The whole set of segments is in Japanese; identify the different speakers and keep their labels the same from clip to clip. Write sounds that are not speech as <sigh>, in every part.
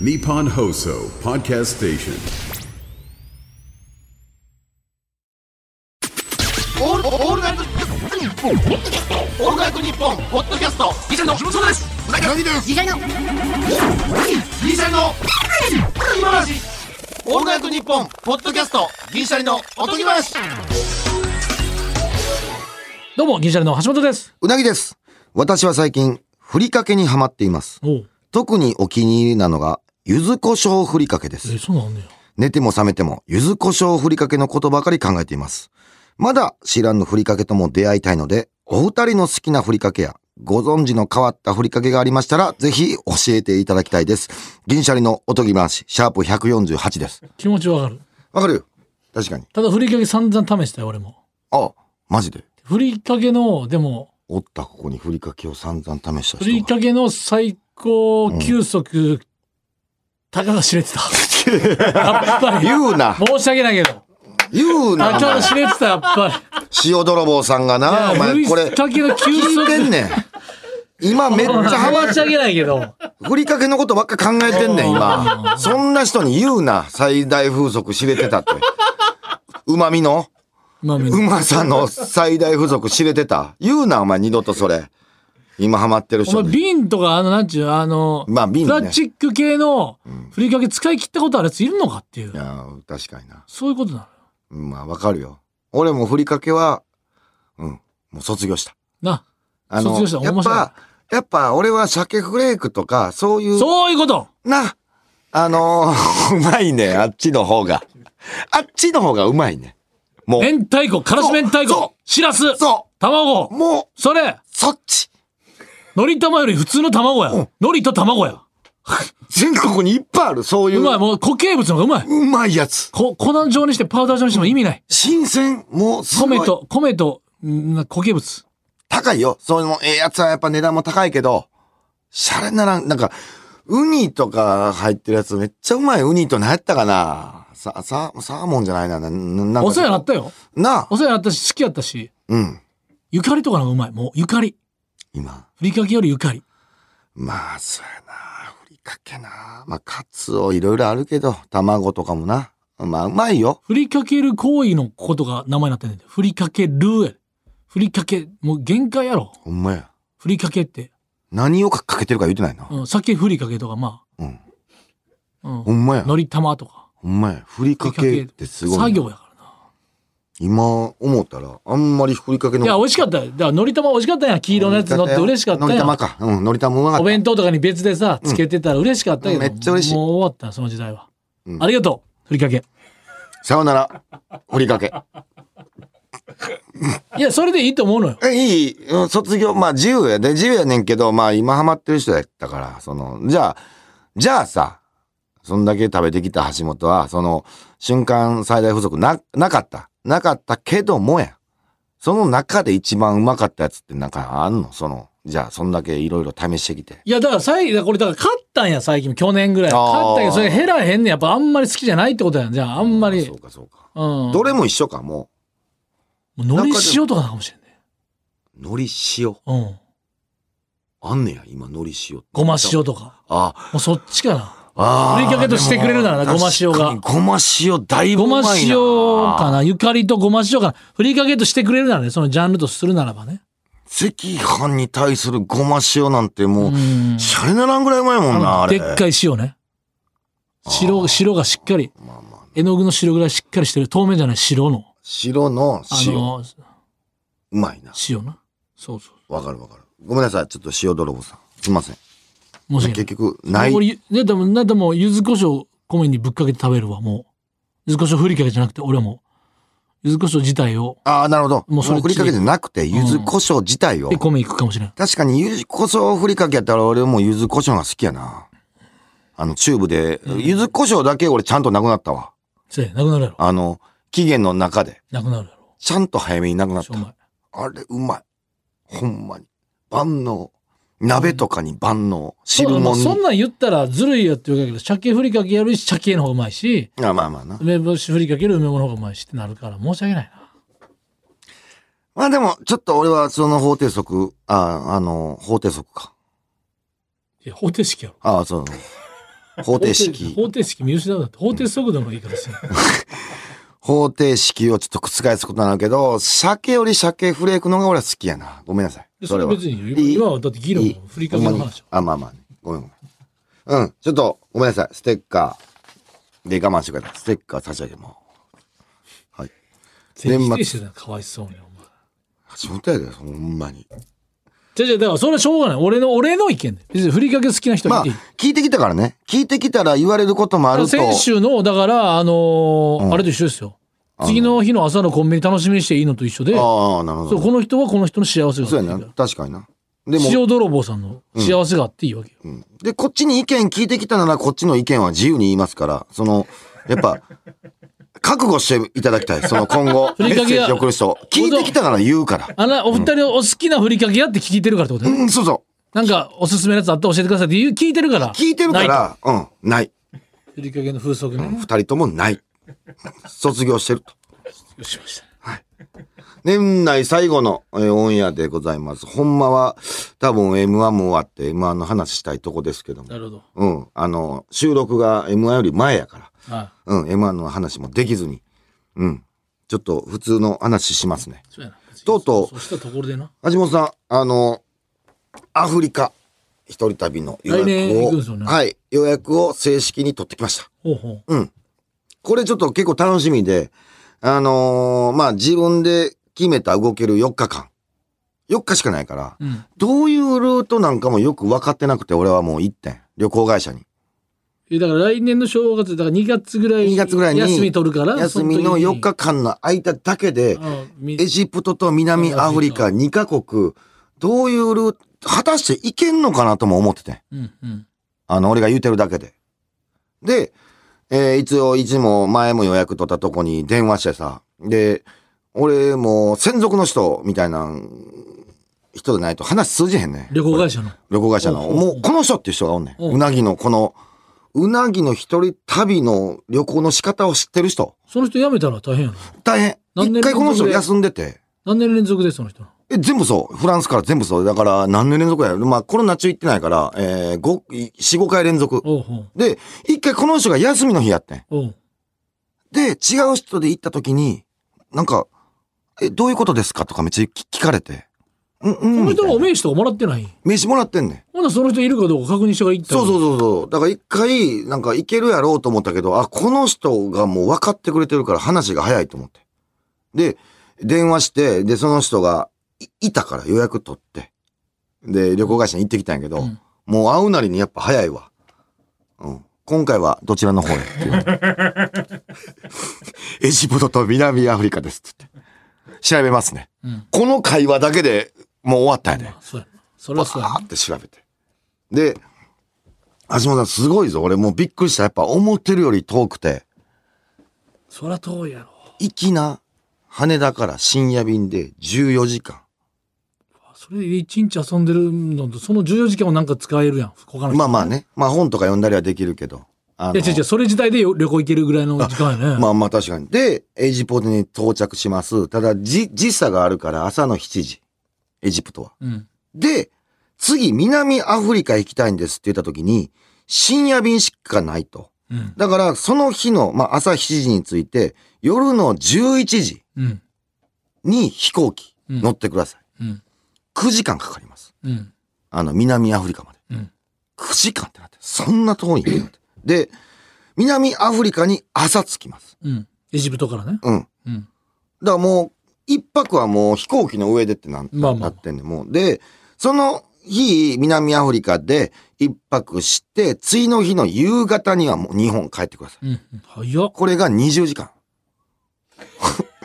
Speaker 1: Nippon Hoso Podcast Station.
Speaker 2: オールオールナイトニッポンオールナイトニッポンポッドキャストギシャリのそうです何ですギシャリのギシャリの今話オールナイトニッポンポッドキャストギシャリのおとぎ話
Speaker 3: どうも、銀シャリの橋本です。
Speaker 4: うなぎです。私は最近、ふりかけにハマっています。
Speaker 3: おう
Speaker 4: 特にお気に入りなのが、柚子胡椒ふりかけです
Speaker 3: え、。そうなんねや。
Speaker 4: 寝ても覚めても、柚子胡椒ふりかけのことばかり考えています。まだ知らんのふりかけとも出会いたいので、お二人の好きなふりかけや、ご存知の変わったふりかけがありましたら、ぜひ教えていただきたいです。銀シャリのおとぎ回し、シャープ148です。
Speaker 3: 気持ちわかる。
Speaker 4: わかるよ確かに。
Speaker 3: ただ、ふりかけ散々試したよ、俺も。
Speaker 4: あ、マジで。
Speaker 3: ふりかけの、でも、
Speaker 4: おったここにふりかけを散々試した人が。
Speaker 3: ふりかけの最高球速、たかが知れてた。やっぱり。
Speaker 4: 言うな
Speaker 3: 申し訳ないけど。
Speaker 4: 言うな
Speaker 3: た
Speaker 4: お前
Speaker 3: かが知れてた、やっぱ
Speaker 4: 塩泥棒さんが
Speaker 3: り。
Speaker 4: な、お前こ
Speaker 3: ふ
Speaker 4: れ
Speaker 3: り、かけの球
Speaker 4: 聞いてん
Speaker 3: 速。
Speaker 4: ねん。今めっちゃハマ
Speaker 3: 申
Speaker 4: っ
Speaker 3: し訳ないけど。
Speaker 4: ふりかけのことばっか考えてんねん、今。そんな人に言うな、最大風速知れてたって。うまみの
Speaker 3: まあ、
Speaker 4: うまさの最大風速知れてた。言うな、お前二度とそれ。今ハマってる
Speaker 3: お前
Speaker 4: 人に。
Speaker 3: 瓶とか、あの、なんちゅう、あの、
Speaker 4: まあ瓶ね
Speaker 3: プラスチック系のふりかけ使い切ったことあるやついるのかってい。
Speaker 4: いうやー、確かにな。
Speaker 3: そういうことな
Speaker 4: まあ、わかるよ。俺もふりかけは、うん、もう卒業した。
Speaker 3: の。な。
Speaker 4: あの、
Speaker 3: 卒業した
Speaker 4: や
Speaker 3: 面
Speaker 4: っ
Speaker 3: 白い
Speaker 4: ぱ、やっぱ俺は鮭フレークとか、そういう。
Speaker 3: そういうこと
Speaker 4: な、あのー <laughs> うまいね、あっちの方が。あっちの方がうまいね。もう、
Speaker 3: 明太子、からし明太
Speaker 4: そう
Speaker 3: 子、しらす、
Speaker 4: そ
Speaker 3: 卵
Speaker 4: う、、もう、
Speaker 3: それ、
Speaker 4: そっち。
Speaker 3: のり玉より普通の卵や。海苔と卵や。
Speaker 4: 全国にいっぱいある、そういうう。
Speaker 3: まい、もう固形物の方がうまい。
Speaker 4: うまいやつ。
Speaker 3: こ粉状にしてパウダー状にしても意味ない。
Speaker 4: 新鮮、もう、すごい
Speaker 3: 米。と、米と、んな固形物。
Speaker 4: 高いよ。その、ええやつはやっぱ値段も高いけど、シャレならん、なんか、ウニとか入ってるやつめっちゃうまい。ウニと何やったかなさ、さ、サーモンじゃないな。な、ななんか
Speaker 3: お世話になったよ。
Speaker 4: なあ
Speaker 3: お世話になったし、好きやったし、
Speaker 4: うん。
Speaker 3: ゆかりとかの方がうまい。もう、ゆかり。
Speaker 4: 今。
Speaker 3: ふりかけよりゆかり。
Speaker 4: まあ、そうやな。ふりかけな。まあ、カツオいろいろあるけど、卵とかもな。まあ、うまいよ。
Speaker 3: ふりかける行為のことが名前になってんねんで。ふりかけるや。ふりかけ、もう限界やろ。
Speaker 4: ほんまや。
Speaker 3: ふりかけって。
Speaker 4: 何をかかけてるか言ってないな。
Speaker 3: うん、酒ふりかけとか、ま
Speaker 4: うん。
Speaker 3: あ、うん
Speaker 4: ほ。んまや。
Speaker 3: のり玉とか。
Speaker 4: ほんまや。ふりかけってすご
Speaker 3: 作
Speaker 4: いな。
Speaker 3: 業やからな。
Speaker 4: 今思ったら、あんまりふりかけの。
Speaker 3: いや、美味しかったよ。だから、のり玉美味しかったやん。黄色のやつ乗って嬉しかった
Speaker 4: のり
Speaker 3: や
Speaker 4: 玉
Speaker 3: ん。
Speaker 4: か。うん、のり玉うまかっ
Speaker 3: お
Speaker 4: た。
Speaker 3: 弁当とかに別でさ、つけてたら嬉しかったけど。
Speaker 4: うんめっちゃ嬉しい
Speaker 3: もう終わった、その時代は。
Speaker 4: うん
Speaker 3: ありがとう、ふりかけ。
Speaker 4: さよなら。ふりかけ。
Speaker 3: いや、それでいいと思うのよ。
Speaker 4: え、いいうん卒業、まあ自由やで、自由やねんけど、まあ今ハマってる人やったから、その、じゃあ、じゃあさ、そんだけ食べてきた橋本は、その、瞬間最大不足な、なかった。なかったけどもや。その中で一番うまかったやつってなんかあんのその、じゃあそんだけいろいろ試してきて。
Speaker 3: いや、だから、最これ、だから、勝ったんや、最近、去年ぐらい。
Speaker 4: あー
Speaker 3: 勝ったけど、それ減らへんねん。やっぱ、あんまり好きじゃないってことやん。じゃあ、あんまり。
Speaker 4: あそうかそうか。
Speaker 3: うん。も
Speaker 4: どれも一緒か、も
Speaker 3: うのり塩とかなのかもしれんね。
Speaker 4: う。海苔塩。
Speaker 3: うん。
Speaker 4: あんねや、今、海苔塩。
Speaker 3: ごま塩とか。
Speaker 4: あ、
Speaker 3: もう、そっちかな。
Speaker 4: ああ。
Speaker 3: ふりかけとしてくれるならな
Speaker 4: でも
Speaker 3: ごま塩が
Speaker 4: 確かにごま塩、だいぶ
Speaker 3: ご
Speaker 4: う
Speaker 3: ま
Speaker 4: まいな。
Speaker 3: 塩かな。ゆかりとごま塩かな。ふりかけとしてくれるならね、そのジャンルとするならばね。
Speaker 4: 赤飯に対するごま塩なんてもう、
Speaker 3: うん
Speaker 4: シャレならんぐらいうまいもんな、あれ。
Speaker 3: でっかい塩ね。白、白がしっかり、
Speaker 4: まあまあ、
Speaker 3: 絵の具の白ぐらいしっかりしてる。透明じゃない白の。
Speaker 4: 白の
Speaker 3: あ
Speaker 4: 塩、
Speaker 3: の、
Speaker 4: うまいな。
Speaker 3: 塩な。そうそ
Speaker 4: わかるわかる。ごめんなさい、ちょっと塩泥棒さん。すいません。
Speaker 3: う。もし
Speaker 4: 結局、ない。
Speaker 3: 俺、ゆね、でも、ね、でも、柚子胡椒、米にぶっかけて食べるわ、もう。柚子胡椒ふりかけじゃなくて、俺はもう。柚子胡椒自体を、
Speaker 4: ああ、なるほど。も
Speaker 3: もう
Speaker 4: う
Speaker 3: それ
Speaker 4: ふりかけじゃなくて、柚子胡椒自体を。
Speaker 3: で、米いくかもしれん。
Speaker 4: 確かに、柚子胡椒ふりかけやったら俺も柚子胡椒が好きやな。あの、チューブで、柚子胡椒だけ俺ちゃんとなくなったわ。
Speaker 3: せや、なくなるやろ。
Speaker 4: あの、期限の中で。
Speaker 3: なくなるやろ。
Speaker 4: ちゃんと早めになくなっ
Speaker 3: したょう。まい。
Speaker 4: あれうまい。ほんまに。万能。鍋とかに万能。汁
Speaker 3: そうまあ
Speaker 4: 物
Speaker 3: そん
Speaker 4: に。
Speaker 3: なん言ったらずるいやって言うけど、鮭ふりかけより鮭の方がうまいし、
Speaker 4: あまあまあな。
Speaker 3: 梅干しふりかけより梅物の方がうまいしってなるから、申し訳ないな。
Speaker 4: まあでも、ちょっと俺はその方程則、あ、あの、方程則か。
Speaker 3: いや、方程式やろ。 <laughs>
Speaker 4: ああ、そう。方程式
Speaker 3: 方程式見失うなって方程速度の言い方
Speaker 4: <laughs>
Speaker 3: してる
Speaker 4: 方程式をちょっと覆すことになるけど鮭より鮭フレークの方が俺は好きやなごめんなさい
Speaker 3: でそれは別にいいよ今今はだって議論
Speaker 4: いい
Speaker 3: 振りかけの話
Speaker 4: ほんまにあまあまあねごめんごめんうんちょっとごめんなさいステッカーで我慢してくださいステッカー差し上げますはい
Speaker 3: 全
Speaker 4: 末
Speaker 3: 否定してたらかわいそうにお前
Speaker 4: 仕事やでほんまに
Speaker 3: じゃじゃだからそれはしょうがない俺の俺の意見で別にふりかけ好きな人
Speaker 4: ま
Speaker 3: は
Speaker 4: あ
Speaker 3: いい、
Speaker 4: 聞いてきたからね聞いてきたら言われることもあると
Speaker 3: 先週のだからあのーあれと一緒ですよ次の日の朝のコンビニ楽しみにしていいのと一緒でそ
Speaker 4: ああなるほ
Speaker 3: う
Speaker 4: ど
Speaker 3: この人はこの人の幸せがあってい
Speaker 4: そう
Speaker 3: い
Speaker 4: や
Speaker 3: か
Speaker 4: な
Speaker 3: ら
Speaker 4: 確かになでも
Speaker 3: 塩泥棒さんの幸せがあっていいわけよ、
Speaker 4: で、こっちに意見聞いてきたなら、こっちの意見は自由に言いますから、その、やっぱ、覚悟していただきたい。その今後、
Speaker 3: ふ
Speaker 4: メ
Speaker 3: りかけが
Speaker 4: ッセージ送る人。聞いてきたなら言うから。
Speaker 3: あのお二人のお好きなふりかけやって聞いてるからってことだよ、
Speaker 4: うん、そうそ
Speaker 3: なんかおすすめのやつあったら教えてくださいって言う聞いてるから
Speaker 4: う。聞いてるか
Speaker 3: ない
Speaker 4: ら、うん、ない。
Speaker 3: とふりかけの風俗ね、
Speaker 4: 二人ともない。卒業してると。
Speaker 3: よしました
Speaker 4: 年内最後の、えーオンエアでございます。ほんまは、多分 M1 も終わって M1 の話したいとこですけども
Speaker 3: な。るほど
Speaker 4: うん、あの、収録が M1 より前やから。
Speaker 3: は
Speaker 4: うん、M1 の話もできずに。うん。ちょっと普通の話しますね。
Speaker 3: いそうやな
Speaker 4: とうとう
Speaker 3: そしたところでな
Speaker 4: 橋本さん、あの、アフリカ、一人旅の予
Speaker 3: 来年
Speaker 4: 約
Speaker 3: 行
Speaker 4: を、
Speaker 3: くんですよね
Speaker 4: はい、予約を正式に取ってきました。
Speaker 3: ほうほう
Speaker 4: これちょっと結構楽しみで、あのーまあ、自分で決めた動ける4日間。4日しかないから、
Speaker 3: うん
Speaker 4: どういうルートなんかもよく分かってなくて、俺はもう1点。旅行会社に。
Speaker 3: えだから来年の正月だから2月ぐらい
Speaker 4: 2月ぐらいに、
Speaker 3: 休み取るから
Speaker 4: 休みの4日
Speaker 3: 間
Speaker 4: 間の間だけで、エ
Speaker 3: え
Speaker 4: ジプトと南アフリカ2カ国、どういうルート、果たして行けんのかなとも思ってて。
Speaker 3: うんうん
Speaker 4: あの、俺が言うてるだけで。で、えー一応、いつも前も予約取ったとこに電話してさ、で、俺もう専属の人みたいな人でないと話通じへんね。
Speaker 3: 旅行会社の
Speaker 4: 旅行会社の。
Speaker 3: おうおうお
Speaker 4: も
Speaker 3: う
Speaker 4: うこの人っていう人がおんね
Speaker 3: お
Speaker 4: ん。
Speaker 3: う
Speaker 4: うなぎのこの、うなぎの一人旅の旅行の仕方を知ってる人。
Speaker 3: その人辞めたら大変やな
Speaker 4: 大変。
Speaker 3: 何年
Speaker 4: 一回この人
Speaker 3: 連続で
Speaker 4: 休んでて。
Speaker 3: 何年連続でその人
Speaker 4: え、全部そう。フランスから全部そう。だから何年連続や。まあコロナ中行ってないから、えー、5、4、5回連続。
Speaker 3: おうほう
Speaker 4: で、一回この人が休みの日やってん。
Speaker 3: おう
Speaker 4: で、違う人で行った時に、なんか、え、どういうことですかとかめっちゃ聞聞かれて。うん、う
Speaker 3: そ
Speaker 4: ん。
Speaker 3: の
Speaker 4: み
Speaker 3: 人
Speaker 4: た
Speaker 3: がお
Speaker 4: いな
Speaker 3: 名刺とかもらってない
Speaker 4: 名刺もらってんねん。
Speaker 3: ほなその人いるかどうか確認してから行ったら
Speaker 4: そうそうそうそう。だから一回、なんか行けるやろうと思ったけど、あ、この人がもう分かってくれてるから話が早いと思って。で、電話して、で、その人がいいたから予約取って。で、旅行会社に行ってきたんやけど、
Speaker 3: うん
Speaker 4: もう会うなりにやっぱ早いわ。うん。今回はどちらの
Speaker 3: <laughs>
Speaker 4: 方へって言われてエジプトと南アフリカですって言って。調べますね。
Speaker 3: うん
Speaker 4: この会話だけでもう終わったんやで、
Speaker 3: まあそうやそれはそうや
Speaker 4: バーって調べて。で、橋本さんすごいぞ。俺もうびっくりした。やっぱ思ってるより遠くて。
Speaker 3: そりゃ遠いやろ
Speaker 4: 粋な羽田から深夜便で14時間。
Speaker 3: それで一日遊んでるのとその14時間をなんか使えるやん他の人
Speaker 4: まあまあね。まあ本とか読んだりはできるけど。あ
Speaker 3: いや違う違うそれ自体でよ旅行行けるぐらいの時間やね
Speaker 4: まあまあ確かに。で、エジプトに到着します。ただ、じ、時差があるから朝の7時。エジプトは。
Speaker 3: うん
Speaker 4: で、次、南アフリカ行きたいんですって言った時に、深夜便しかないと。
Speaker 3: うん
Speaker 4: だから、その日の、まあ、朝7時に着いて、夜の11時
Speaker 3: うん
Speaker 4: に飛行機
Speaker 3: うん
Speaker 4: 乗ってください。
Speaker 3: うん
Speaker 4: 9時間かかります。
Speaker 3: うん
Speaker 4: あの、南アフリカまで。
Speaker 3: うん
Speaker 4: 9時間ってなって、そんな遠いんだって。で、南アフリカに朝着きます。
Speaker 3: うんエジプトからね
Speaker 4: うん。だか
Speaker 3: うん
Speaker 4: らもう、一泊はもう飛行機の上でってなん、
Speaker 3: まあまあ
Speaker 4: なってんで、もう。で、その日、南アフリカで一泊して、次の日の夕方にはもう日本帰ってください。
Speaker 3: うんうん早っ
Speaker 4: これが20時間。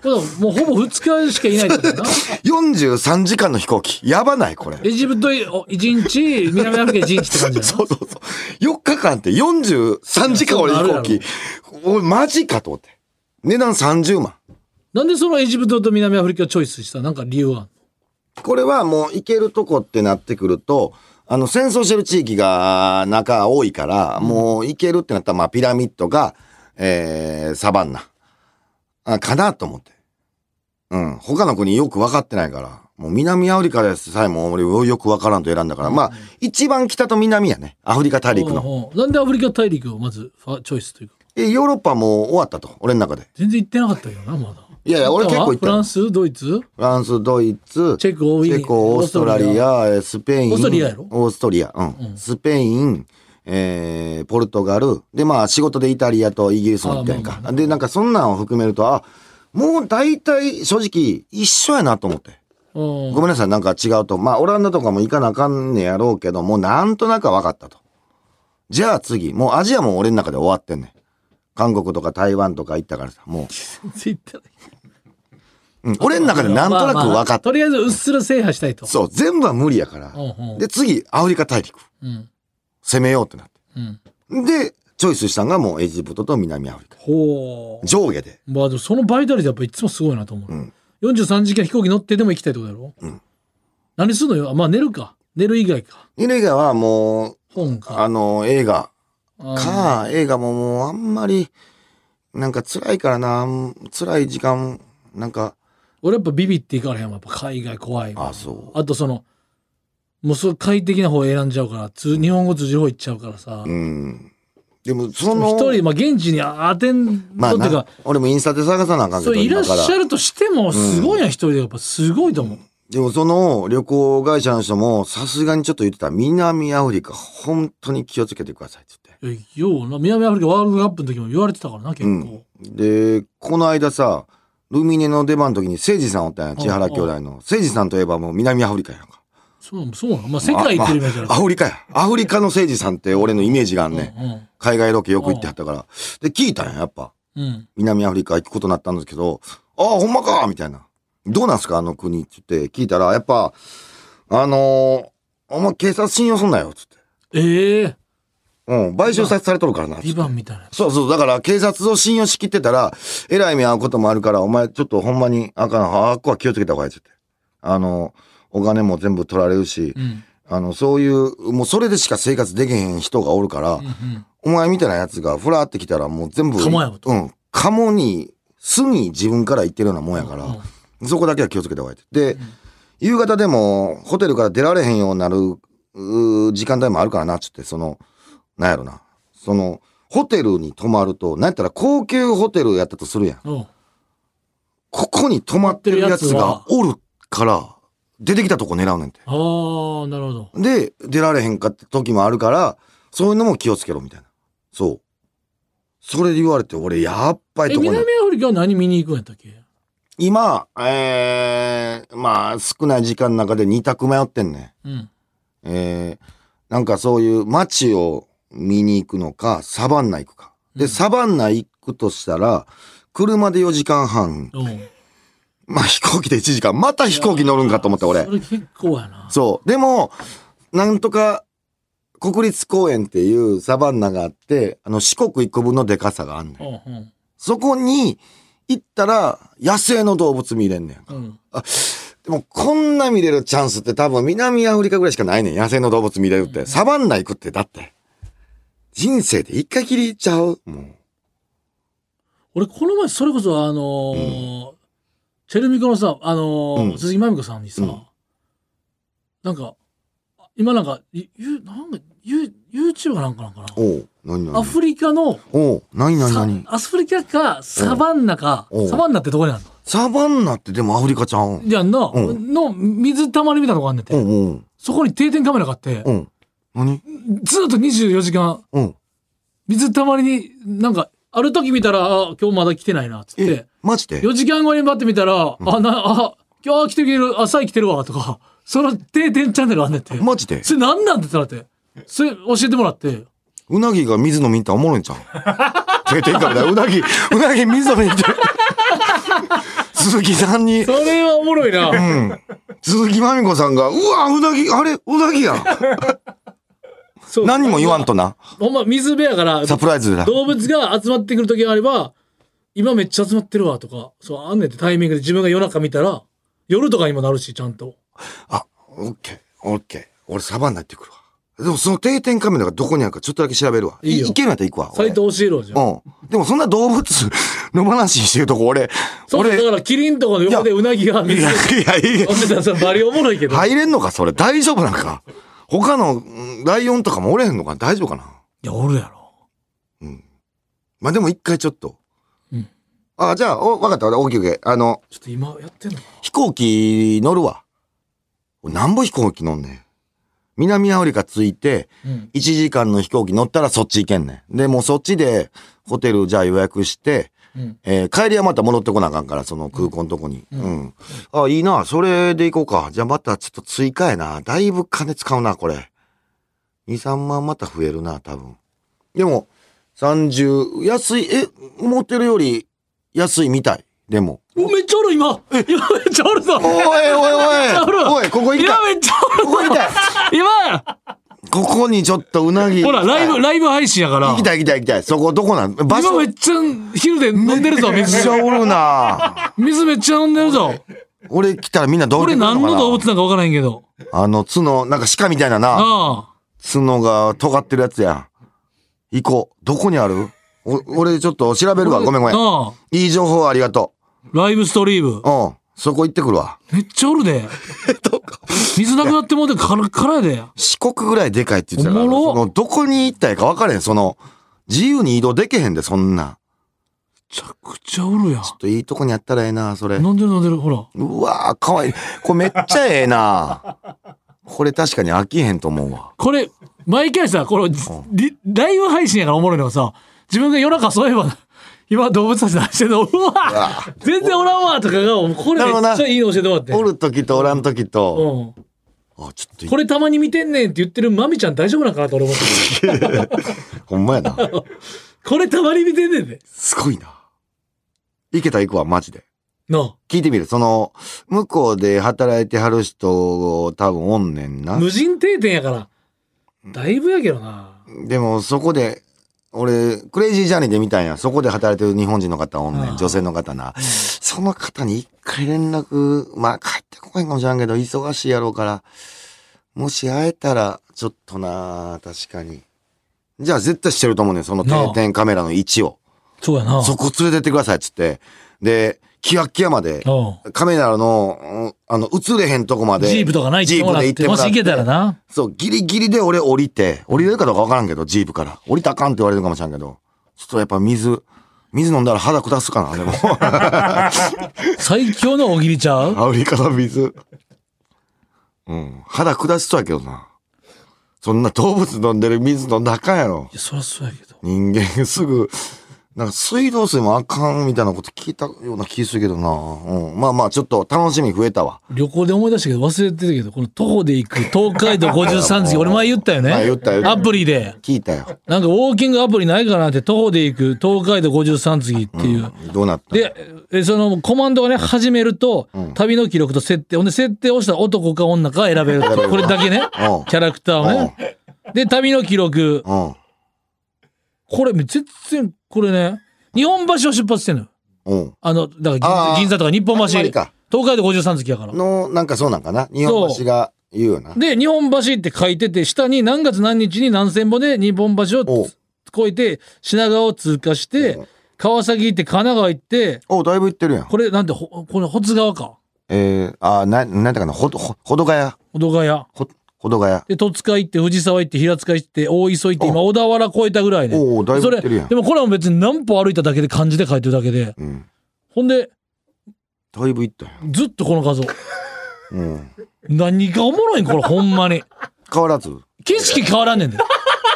Speaker 3: これはもうほぼ2日しかいないってことだな
Speaker 4: 43時間の飛行機。やばないこれ。
Speaker 3: エジプト1日南アフリカ1日って感じ
Speaker 4: <laughs>
Speaker 3: やな
Speaker 4: そうそうそう。4日間って43時間俺飛行
Speaker 3: い
Speaker 4: 機
Speaker 3: や。
Speaker 4: 俺マジかと思って。値段30万。
Speaker 3: なんでそのエジプトと南アフリカをチョイスしたなんか理由は
Speaker 4: これはもう行けるとこってなってくると、あの戦争してる地域が中多いから、もう行けるってなったら、まあピラミッドが、えー、サバンナ。あかなと思って。うん。他の国よく分かってないから、もう南アフリカでさえも俺よくわからんと選んだから、まあ、一番北と南やね。アフリカ大陸の。
Speaker 3: ほうほうなんでアフリカ大陸をまずファチョイスというか
Speaker 4: え、ヨーロッパもう終わったと、俺の中で。
Speaker 3: 全然行ってなかったけどなまだ
Speaker 4: いやいや、俺結構行っ
Speaker 3: フ
Speaker 4: た
Speaker 3: ラ
Speaker 4: よ
Speaker 3: ンスドイツ
Speaker 4: フランス、ドイツ、
Speaker 3: チェコウィーン
Speaker 4: チェコオーストラリア、えースペイン、
Speaker 3: オーストリアやろ
Speaker 4: オーストリア、うん。スペイン、えーポルトガル、で、まあ、仕事でイタリアとイギリスも行ったやん
Speaker 3: あま
Speaker 4: か
Speaker 3: あ。
Speaker 4: で、なんかそんなんを含めると、あ、もう大体正直一緒やなと思って。
Speaker 3: うん
Speaker 4: ごめんなさい、なんか違うと。まあ、オランダとかも行かなあかんねやろうけども、なんとなくは分かったと。じゃあ次、もうアジアも俺の中で終わってんねん。韓国とか台湾とか行ったからさ、も、
Speaker 3: 全然行ってないう
Speaker 4: うん、俺の中でなんとなく
Speaker 3: まあ
Speaker 4: 分
Speaker 3: ま
Speaker 4: か
Speaker 3: あ
Speaker 4: った。
Speaker 3: とりあえずうっすら制覇したいと
Speaker 4: そう、全部は無理やから。
Speaker 3: うんうん
Speaker 4: で、次、アフリカ大陸。
Speaker 3: うん
Speaker 4: 攻めようってなって。
Speaker 3: うん
Speaker 4: で、チョイスしたんがもうエジプトと南アフリカ。
Speaker 3: ほう
Speaker 4: 上下で。
Speaker 3: まあでもそのバイタリティやっぱいつもすごいなと思う、43時間飛行機乗ってでも行きたいとこだろ、何するのよあまあ寝るか寝る以外か
Speaker 4: 以外はもう、
Speaker 3: 本か
Speaker 4: あの、映画。
Speaker 3: あ
Speaker 4: か、映画ももうあんまり、なんか辛いからな、うん辛い時間、なんか、
Speaker 3: 俺やっぱビビっていかれへんわやっぱ海外怖いわ
Speaker 4: あ、そ
Speaker 3: あとそのもうそう快適な方選んじゃうから通日本語通じる方行っちゃうからさ、
Speaker 4: う。うん。でも、その、
Speaker 3: 一人、まあ、現地に当てん
Speaker 4: ま
Speaker 3: と
Speaker 4: あ
Speaker 3: っていう
Speaker 4: な
Speaker 3: か、、
Speaker 4: 俺もインスタで探さなあかんけ
Speaker 3: そ
Speaker 4: ど、
Speaker 3: ういらっ
Speaker 4: 今
Speaker 3: し
Speaker 4: から
Speaker 3: ゃ。るとしてもすごいな、一人でやっぱすごいと思う、
Speaker 4: でも、その旅行会社の人も、さすがにちょっと言ってた、南アフリカ、本当に気をつけてください、つって。
Speaker 3: えような南アフリカワールドカップの時も言われてたからな結構、
Speaker 4: で、この間さ、ルミネの出番の時に、誠司さんおったんや、千原兄弟の。誠司さんといえばもう南アフリカやんか。
Speaker 3: そうそうなのまあ世界行ってるイメージある
Speaker 4: あアフリカや。アフリカの誠司さんって俺のイメージがあんね。
Speaker 3: うん
Speaker 4: 海外ロケよく行ってはったから。で、聞いたんや、やっぱ。
Speaker 3: うん
Speaker 4: 南アフリカ行くことになったんですけど、ああ、ほんまかみたいな。どうなんすかあの国って言って聞いたら、やっぱ、あのー、あんま警察信用すんなよ、つって。
Speaker 3: ええ
Speaker 4: うん、賠償さされとるからな。つ
Speaker 3: ビ
Speaker 4: って
Speaker 3: バンみたいなやつ
Speaker 4: そうそう、だから警察を信用しきってたら、えらい目合うこともあるから、お前ちょっとほんまにあかん、ああっこは気をつけた方がいい、つって。あの、お金も全部取られるし、
Speaker 3: うん
Speaker 4: あの、そういう、もうそれでしか生活できへん人がおるから、
Speaker 3: うん
Speaker 4: お前みたいなやつがふらーってきたらもう全部。
Speaker 3: カモやろと
Speaker 4: うん。カモに、巣に自分から行ってるようなもんやから、そこだけは気をつけた方がいいって。で、夕方でもホテルから出られへんようになるうー時間帯もあるからな、つって、その、なんやろな。その、ホテルに泊まると、なんやったら高級ホテルやったとするやん。
Speaker 3: うんうん
Speaker 4: ここに泊まってるやつがおるから、出てきたとこ狙うねんて。
Speaker 3: ああなるほど
Speaker 4: で、出られへんかって時もあるから、そういうのも気をつけろみたいな。そう。それで言われて、俺、やっぱり
Speaker 3: え
Speaker 4: とこ
Speaker 3: 南
Speaker 4: に
Speaker 3: ア。フリカは何見に行くんやったっけ
Speaker 4: 今、えー、まあ、少ない時間の中で2択迷ってんね。
Speaker 3: うん
Speaker 4: えー、なんかそういう街を見に行くのか、サバンナ行くか。で、サバンナ行くとしたら、車で4時間半、
Speaker 3: うん
Speaker 4: まあ飛行機で1時間、また飛行機乗るんかと思って、俺
Speaker 3: そ。れ結構やな
Speaker 4: そう。でも、なんとか、国立公園っていうサバンナがあって、あの四国一個分のでかさがあんねん。
Speaker 3: うん
Speaker 4: そこに行ったら野生の動物見れんねん。
Speaker 3: うんうん
Speaker 4: でもこんな見れるチャンスって多分南アフリカぐらいしかないねん。野生の動物見れるって。サバンナ行くって、だって。人生で一回きり行っちゃうもう。
Speaker 3: 俺この前それこそあのーチェルミコのさあのー
Speaker 4: うん
Speaker 3: 鈴木まみこさんにさ、
Speaker 4: うん
Speaker 3: なんかあ今なんかいゆなんかユ YouTube かなんかなんかな
Speaker 4: おう、なにな
Speaker 3: ア
Speaker 4: に
Speaker 3: フリカの
Speaker 4: おう、なになになに
Speaker 3: さアフリカかサバンナか
Speaker 4: うん
Speaker 3: サバンナってどこにあるの
Speaker 4: サバンナってでもアフリカちゃうん。
Speaker 3: じゃあな、
Speaker 4: う
Speaker 3: の水たまりみたいなとこあんねんて、
Speaker 4: うんうん。
Speaker 3: そこに定点カメラがあって、
Speaker 4: うん。なに
Speaker 3: ずっと24時間
Speaker 4: うん。
Speaker 3: 水たまりになんかある時見たらあ今日まだ来てないなっつって
Speaker 4: え、マジで
Speaker 3: 4時間後に待ってみたら、あ、な、あ、今日来てる、朝来てるわ、とか、 <laughs> その定点チャンネルあんねんって。
Speaker 4: マジで
Speaker 3: それなんなんって言ったらって。それ教えてもらって。
Speaker 4: うなぎが水飲みに行ったらおもろいんちゃう定点カメラ、うなぎ、うなぎ水飲みに行 <laughs> って。鈴木さんに
Speaker 3: そ、れはおもろいな。
Speaker 4: 鈴木まみこさんが、うわ、うなぎ、あれ、うなぎ <laughs> や。
Speaker 3: そう
Speaker 4: 何も言わんとな。
Speaker 3: ほんま水部屋から、
Speaker 4: サプライズだ。
Speaker 3: 動物が集まってくる時があれば、今めっちゃ集まってるわ、とか、そう、あんねんってタイミングで自分が夜中見たら、夜とかにもなるし、ちゃんと。
Speaker 4: あ、オッケー、オッケー。俺サバンナ行ってくるわ。でもその定点カメラがどこにあるかちょっとだけ調べるわ。
Speaker 3: いいよ
Speaker 4: けるんやったら行くわ。
Speaker 3: サイ
Speaker 4: 俺
Speaker 3: ト教えろじゃん。
Speaker 4: うん。でもそんな動物の話してるとこ俺、
Speaker 3: そうだ
Speaker 4: 俺、い
Speaker 3: からキリンとかの横でうなぎが見つけ
Speaker 4: や
Speaker 3: て
Speaker 4: いやいや
Speaker 3: 飛んでたらそれバリおもろいけど。
Speaker 4: 入れんのかそれ大丈夫なんか他のうんライオンとかもおれへんのか大丈夫かない
Speaker 3: や、おるやろ。
Speaker 4: まあでも一回ちょっと。
Speaker 3: うん
Speaker 4: あ、じゃあ、お、わかったわかった。オッケーオッケー。あの、
Speaker 3: ちょっと今やってんのか
Speaker 4: 飛行機乗るわ。俺なんぼ飛行機乗んねん。南アフリカ着いて、
Speaker 3: な。うん。
Speaker 4: 1時間の飛行機乗ったらそっち行けんねん。で、もうそっちで、ホテルじゃあ予約して、
Speaker 3: うん。
Speaker 4: えー帰りはまた戻ってこなあかんから、その空港のとこに。うん。あ、いいな。それで行こうか。じゃあまたちょっと追加やな。だいぶ金使うな、これ。2、3万また増えるな、多分。でも、30、安い、え、思ってるより安いみたい。でも。
Speaker 3: おめっちゃおる今今めっちゃおるぞ
Speaker 4: おいおいおい
Speaker 3: ゃ <laughs> おる
Speaker 4: おいおい、ここ行きた
Speaker 3: 今
Speaker 4: い。
Speaker 3: めっちゃおる
Speaker 4: ここ行きたい。
Speaker 3: 今や
Speaker 4: ここにちょっとうなぎ。
Speaker 3: ほら、ライブ、ライブ配信やから。
Speaker 4: 行きたい行きたい行きたい。そこどこなん場
Speaker 3: 今
Speaker 4: 所
Speaker 3: めっちゃ昼で飲んでるぞ、
Speaker 4: めっ
Speaker 3: 水
Speaker 4: ち。ゃおるな
Speaker 3: 水めっちゃ飲んでるぞ。
Speaker 4: 俺来たらみんな動
Speaker 3: こ
Speaker 4: 物
Speaker 3: れ何の動物なんかわからへんけど。
Speaker 4: あの、角、なんか鹿みたいなな。
Speaker 3: あ
Speaker 4: 角が尖ってるやつや。行こう。どこにあるお俺ちょっと調べるわ。ごめんご
Speaker 3: あ。
Speaker 4: めん。
Speaker 3: ああ。
Speaker 4: いい情報ありがと
Speaker 3: ライブストリーム
Speaker 4: う。。うん。そこ行ってくるわ。
Speaker 3: めっちゃおる
Speaker 4: <laughs>
Speaker 3: で。水なくなってもうてカラッカラやで。
Speaker 4: 四国ぐらいでかいって言ってたか
Speaker 3: お
Speaker 4: ら。
Speaker 3: もろ
Speaker 4: そのどこに行ったらいいか分からへん。その、自由に移動できへんで、そんな。
Speaker 3: めちゃくちゃおるやん。
Speaker 4: ちょっといいとこにやったらええな、それ。
Speaker 3: 飲んでる飲んでる、ほら。
Speaker 4: うわー、かわいい。これめっちゃええな。これ確かに飽きへんと思うわ。
Speaker 3: これ、毎回さ、この、リライブ配信やからおもろいのがさ、自分が夜中そういえば、今動物たち出してるの、うわ全然おらんわとかが、これめっちゃいいの教えてもらって。
Speaker 4: おる時とおらん時
Speaker 3: う
Speaker 4: と。
Speaker 3: ん。
Speaker 4: あ、ちょっとい
Speaker 3: これたまに見てんねんって言ってるまみちゃん大丈夫なんかなと俺思ってる
Speaker 4: ほんまやな。
Speaker 3: これたまに見てんねんで。
Speaker 4: すごいな。行けたら行くわ、マジで。
Speaker 3: な
Speaker 4: 聞いてみる。その、向こうで働いてはる人、多分おんねん
Speaker 3: あ
Speaker 4: な。
Speaker 3: 無人定点やから。だいぶやけどな。
Speaker 4: でも、そこで、俺、クレイジージャーニーで見たんや。そこで働いてる日本人の方おんね
Speaker 3: ああ
Speaker 4: ん。女性の方な。その方に一回連絡、まあ帰ってこへんかもしらんけど、忙しいやろうから、もし会えたら、ちょっとな確かに。じゃあ絶対してると思うねん。その定点カメラの位置を。
Speaker 3: そうやな
Speaker 4: そこ連れてってくださいっつって。で、キヤッキヤまで、
Speaker 3: う
Speaker 4: カメラの、うんあの、映れへんとこま
Speaker 3: ん
Speaker 4: で。
Speaker 3: ジープとかないってもらっ
Speaker 4: ジー
Speaker 3: て
Speaker 4: プで行
Speaker 3: も
Speaker 4: っても
Speaker 3: し
Speaker 4: ら
Speaker 3: 行
Speaker 4: って
Speaker 3: けたらな。
Speaker 4: そう、ギリギリで俺降りて、降りれるかどうかわからんけど、ジープから。降りたらあかんって言われるかもしれんけど、ちょっとやっぱ水、水飲んだら肌下すかな、でも。 <laughs>
Speaker 3: 最強の大喜利ちゃう <laughs>
Speaker 4: アフリカの水。うん、肌下しそうやけどな。そんな動物飲んでる水飲んだらあかんやろ
Speaker 3: い。や、そりゃそうやけど。
Speaker 4: 人間すぐ、なんか水道水もあかんみたいなこと聞いたような気するけどな。うん、まあまあ、ちょっと楽しみ増えたわ。
Speaker 3: 旅行で思い出したけど忘れてたけど、この徒歩で行く東海道53次、
Speaker 4: もう
Speaker 3: 俺 <laughs> 前言ったよね。
Speaker 4: 前言った言った
Speaker 3: アプリで。
Speaker 4: 聞いたよ。
Speaker 3: なんかウォーキングアプリないかなって、徒歩で行く東海道53次っていう。
Speaker 4: どうなった
Speaker 3: で、えそのコマンドがね、始めると、旅の記録と設定。ほんで、設定をしたら男か女か選べるっていう。これだけね。
Speaker 4: うん
Speaker 3: キャラクターをね。で、旅の記録。
Speaker 4: うん。
Speaker 3: これ、全然、これね、日本橋を出発してんのよ。
Speaker 4: うん。
Speaker 3: あの、だから銀
Speaker 4: あー
Speaker 3: 銀座とか日本橋。
Speaker 4: あんまり
Speaker 3: 東
Speaker 4: か
Speaker 3: 海道53月やから。
Speaker 4: の、なんかそうなんかな。日本橋が言うよな。
Speaker 3: で、日本橋って書いてて、下に何月何日に何千歩で日本橋
Speaker 4: お
Speaker 3: をつ越えて、品川を通過して、川崎行って、神奈川行って、
Speaker 4: おだいぶ行ってるやん。
Speaker 3: これなんて、ほこの保津川か。
Speaker 4: えー、あー、な、なんだかな、ほど、ほほどがや。
Speaker 3: 小戸ヶ谷。
Speaker 4: ほ、ほどがや。
Speaker 3: で、戸塚行って、藤沢行って、平塚行って、大磯行って、
Speaker 4: お
Speaker 3: 今、小田原越えたぐらいね。
Speaker 4: おおだいぶ
Speaker 3: そ
Speaker 4: 行
Speaker 3: れ、
Speaker 4: ってるやん
Speaker 3: で。もこれは別に何歩歩いただけで漢字で書いてるだけで。
Speaker 4: うん。
Speaker 3: ほんで、
Speaker 4: だいぶ行ったやん。
Speaker 3: ずっとこの画像。
Speaker 4: うん。
Speaker 3: 何がおもろいんこれ、ほんまに。
Speaker 4: 変わらず。
Speaker 3: 景色変わらんねんで。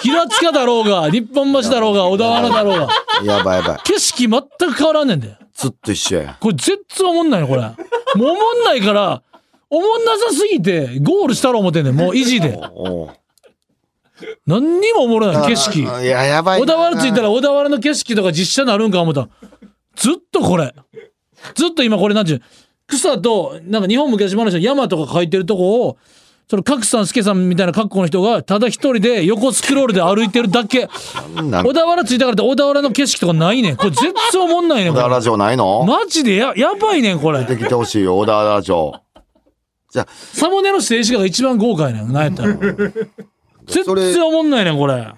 Speaker 3: 平塚だろうが、日本橋だろうが、小田原だろうが。
Speaker 4: やばいやばい。
Speaker 3: 景色全く変わらんねんで。
Speaker 4: ずっと一緒や。
Speaker 3: これ絶対おもんないの、これ。もうおもんないから、おもんなさすぎて、ゴールしたら思ってんねん。もう維持で。
Speaker 4: おう
Speaker 3: 何にもおもろない、景色。
Speaker 4: あーいや、やばい。
Speaker 3: 小田原着いたら。小田原の景色とか実写になるんか思ったらずっとこれずっと今これなんちゅう草となんか日本昔話の山とか書いてるとこをその角さん助さんみたいな格好の人がただ一人で横スクロールで歩いてるだけ
Speaker 4: なん
Speaker 3: 小田原着いたからって小田原の景色とかないねんこれ絶対おもんないねん
Speaker 4: 小
Speaker 3: こ
Speaker 4: 田
Speaker 3: れ
Speaker 4: 原城ないの
Speaker 3: マジでややばいねんこれ
Speaker 4: 出てきてほしいよ、小田原城。じゃあ、
Speaker 3: サムネの静止画が一番豪華やねんなんやったら絶
Speaker 4: それ
Speaker 3: 対おもんないねんこれ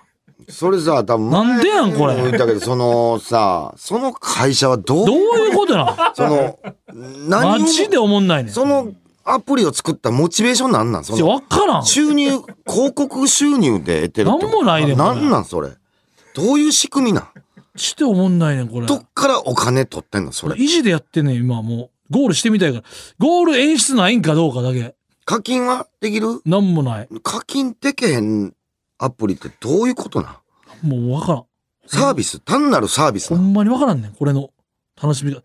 Speaker 4: それさ、多分前
Speaker 3: なんでやんこれ
Speaker 4: も言ったけど、そのさ、その会社はどう
Speaker 3: どういうことな
Speaker 4: その、
Speaker 3: の
Speaker 4: 何
Speaker 3: マジで
Speaker 4: を、
Speaker 3: おもんないねん
Speaker 4: そのアプリを作ったモチベーションなんなんそ
Speaker 3: いや
Speaker 4: の、
Speaker 3: わからん
Speaker 4: 収入、広告収入で得てるってこと
Speaker 3: なんもないねん
Speaker 4: な
Speaker 3: これ
Speaker 4: んなんそれ。どういう仕組みなん
Speaker 3: しておもんないねんこれ
Speaker 4: どっからお金取ってんのそれ。
Speaker 3: 維持でやってんねん今もうゴールしてみたいからゴール演出ないんかどうかだけ
Speaker 4: 課金はできる
Speaker 3: なんもない
Speaker 4: 課金でけへんアプリってどういうことなん
Speaker 3: もうわからん
Speaker 4: サービス単なるサービス
Speaker 3: ほ
Speaker 4: なん
Speaker 3: んまにわからんねんこれの楽しみが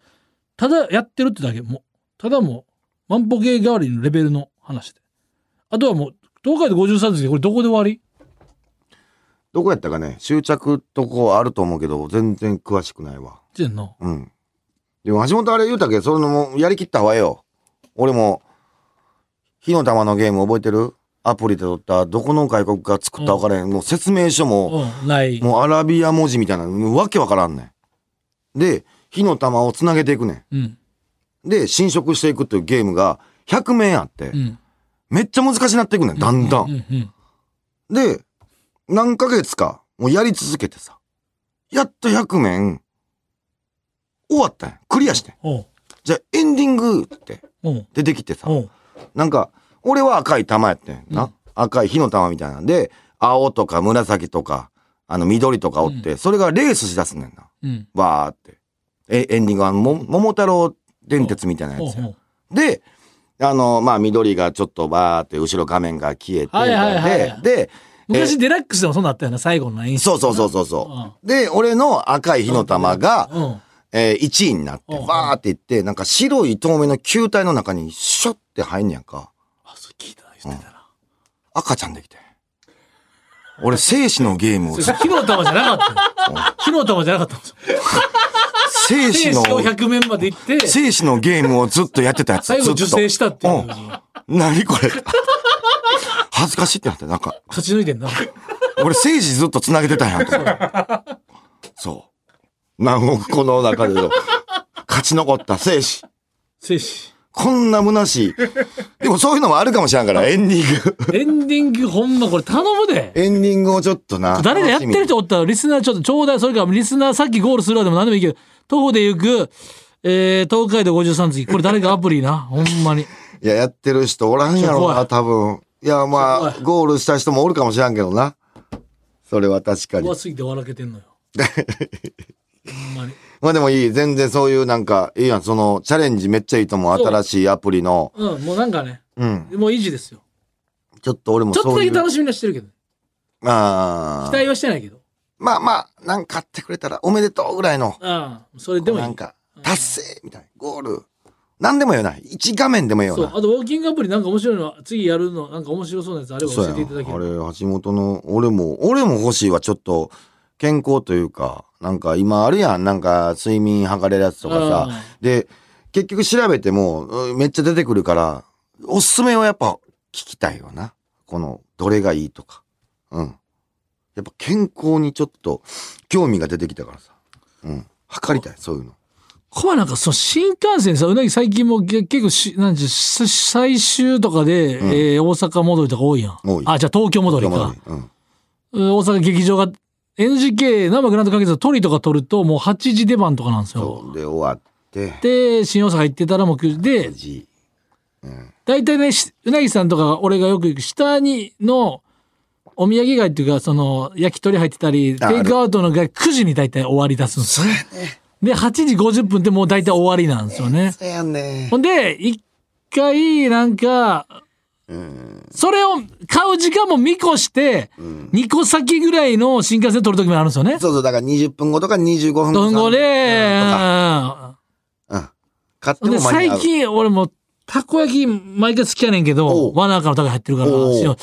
Speaker 3: ただやってるってだけもうただもう万歩計代わりのレベルの話であとはもう東海で53ですけどこれどこで終わり
Speaker 4: どこやったかね執着とこあると思うけど、全然詳しくないわ。
Speaker 3: ってんの
Speaker 4: うん。でも橋本あれ言うたけど、それのもうやりきった方がええよ。俺も、火の玉のゲーム覚えてるアプリで撮った、どこの外国が作ったか分からへん。もう説明書も、
Speaker 3: うんない
Speaker 4: もうアラビア文字みたいな、もうわけわからんねん。で、火の玉をつなげていくね
Speaker 3: うん
Speaker 4: ん。で、侵食していくっていうゲームが100面あって、
Speaker 3: うん
Speaker 4: めっちゃ難しになっていくねん、だんだ。
Speaker 3: うんんうん
Speaker 4: で、何ヶ月か、もうやり続けてさ、やっと100面、終わったんやクリアしてん。
Speaker 3: おう
Speaker 4: じゃあエンディングって
Speaker 3: おう
Speaker 4: 出てきてさ、
Speaker 3: おう
Speaker 4: なんか、俺は赤い玉やってんな。
Speaker 3: うん
Speaker 4: 赤い火の玉みたいなんで、青とか紫とか、あの緑とかおって、それがレースしだすねんな。
Speaker 3: うん
Speaker 4: わーって。え、エンディングはあのも、桃太郎電鉄みたいな
Speaker 3: お
Speaker 4: や
Speaker 3: う
Speaker 4: つや
Speaker 3: おう
Speaker 4: で、あの、まあ、緑がちょっとバーって、後ろ画面が消えて、
Speaker 3: はいはいはい
Speaker 4: でで、
Speaker 3: 昔デラックスでもそんなんあったよな最後の演出
Speaker 4: そうそうそうそうそう。で、俺の赤い火の玉が、
Speaker 3: うん
Speaker 4: えー、1位になって、
Speaker 3: うん
Speaker 4: バーっていって、なんか白い透明の球体の中にシュッて入んねやんか。
Speaker 3: あそれ聞いたな言ってたな
Speaker 4: 赤ちゃんできて。俺、生死のゲームを、
Speaker 3: そ <laughs> れ火の玉じゃなかったよ火の玉じゃなかったんですよ
Speaker 4: 生死
Speaker 3: 天
Speaker 4: の
Speaker 3: 使、を100面まで行って
Speaker 4: 生死のゲームをずっとやってたやつ。
Speaker 3: 最後受精したっていう
Speaker 4: ずっとうん。何これ。恥ずかしいってなって、なんか、
Speaker 3: 勝ち抜いてんな
Speaker 4: 俺、生死ずっと繋げてたんやと思って。そう。南国この中での、勝ち残った生死。
Speaker 3: 精子
Speaker 4: こんな虚しい。でもそういうのもあるかもしれんから、エンディング。
Speaker 3: エンディングほんまこれ頼むで
Speaker 4: <laughs> エンディングをちょっとな。
Speaker 3: 誰がやってる人おったらリスナーちょっとちょうだいそれからリスナーさっきゴールするわでも何でもいいけど徒歩で行く、えー、東海道53次これ誰がアプリなほんまに
Speaker 4: いや、やってる人おらんやろ
Speaker 3: ちょ
Speaker 4: な、
Speaker 3: っ
Speaker 4: 多分。いや、まあ、ゴールした人もおるかもしらんけどな。それは確かに
Speaker 3: 怖。すぎて笑けてんのよほんまに
Speaker 4: まあでもいい。全然そういうなんか、いいやん。その、チャレンジめっちゃいいと思う。
Speaker 3: そう
Speaker 4: 新しいアプリの。
Speaker 3: うんもうなんかね
Speaker 4: うん。
Speaker 3: もう維持ですよ
Speaker 4: ちょっと俺も
Speaker 3: ちょっと
Speaker 4: そう
Speaker 3: だ
Speaker 4: い
Speaker 3: け
Speaker 4: う。
Speaker 3: 楽しみにはしてるけど
Speaker 4: あ
Speaker 3: 期
Speaker 4: あ。
Speaker 3: 待はしてないけど
Speaker 4: まあまあ、なんか買ってくれたらおめでとうぐらいの。
Speaker 3: ああそれでもいい
Speaker 4: なんか、達成みたいな。ゴール。なんでもよな。一画面でもよ
Speaker 3: そう
Speaker 4: な
Speaker 3: あ。とウォーキングアプリなんか面白いのは次やるのなんか面白そうなやつあれば
Speaker 4: そう
Speaker 3: 教
Speaker 4: や
Speaker 3: え
Speaker 4: ん。あ
Speaker 3: ていた
Speaker 4: れ、
Speaker 3: だければ
Speaker 4: 橋本の、俺も、俺も欲しいわ、ちょっと、健康というか、なんか今あるやん、なんか睡眠測れるやつとかさ
Speaker 3: あ、
Speaker 4: で、結局調べても、うんめっちゃ出てくるから、おすすめをやっぱ聞きたいよな。この、どれがいいとか。うん。やっぱ健康にちょっと、興味が出てきたからさ。うん。測りたい、そういうの。
Speaker 3: これはなんかその新幹線さうなぎ最近もけ結構しなんていうし最終とかで、えー大阪戻りとか多いやん
Speaker 4: 多い
Speaker 3: あじゃあ東京戻りか
Speaker 4: うん。
Speaker 3: うん大阪劇場が NGK 生グランド花月のトリとか撮るともう8時出番とかなんですよ
Speaker 4: そう。で、終わって、
Speaker 3: で新大阪行ってたらもう9時で
Speaker 4: じ
Speaker 3: 大体ねしうなぎさんとか俺がよく行く下にのお土産街っていうかその焼き鳥入ってたり
Speaker 4: あある
Speaker 3: テイクアウトのが9時に大体終わり出すんです
Speaker 4: そ
Speaker 3: よ
Speaker 4: うやね。
Speaker 3: で8時50分ってもう大体終わりなんですよね
Speaker 4: そうやね
Speaker 3: ほ。んで、一回、なんか、それを買う時間も見越して、2個先ぐらいの新幹線取る時もあるんですよね。
Speaker 4: そうそう、だから20分後とか25分
Speaker 3: どんごで、
Speaker 4: 30分とか
Speaker 3: う
Speaker 4: うん。買って
Speaker 3: ん。で、
Speaker 4: も間に合
Speaker 3: 最
Speaker 4: う。
Speaker 3: 近、俺も、たこ焼き、毎回好きやねん
Speaker 4: お
Speaker 3: けど、
Speaker 4: う
Speaker 3: わなかのたこ入ってるから、
Speaker 4: おう
Speaker 3: 2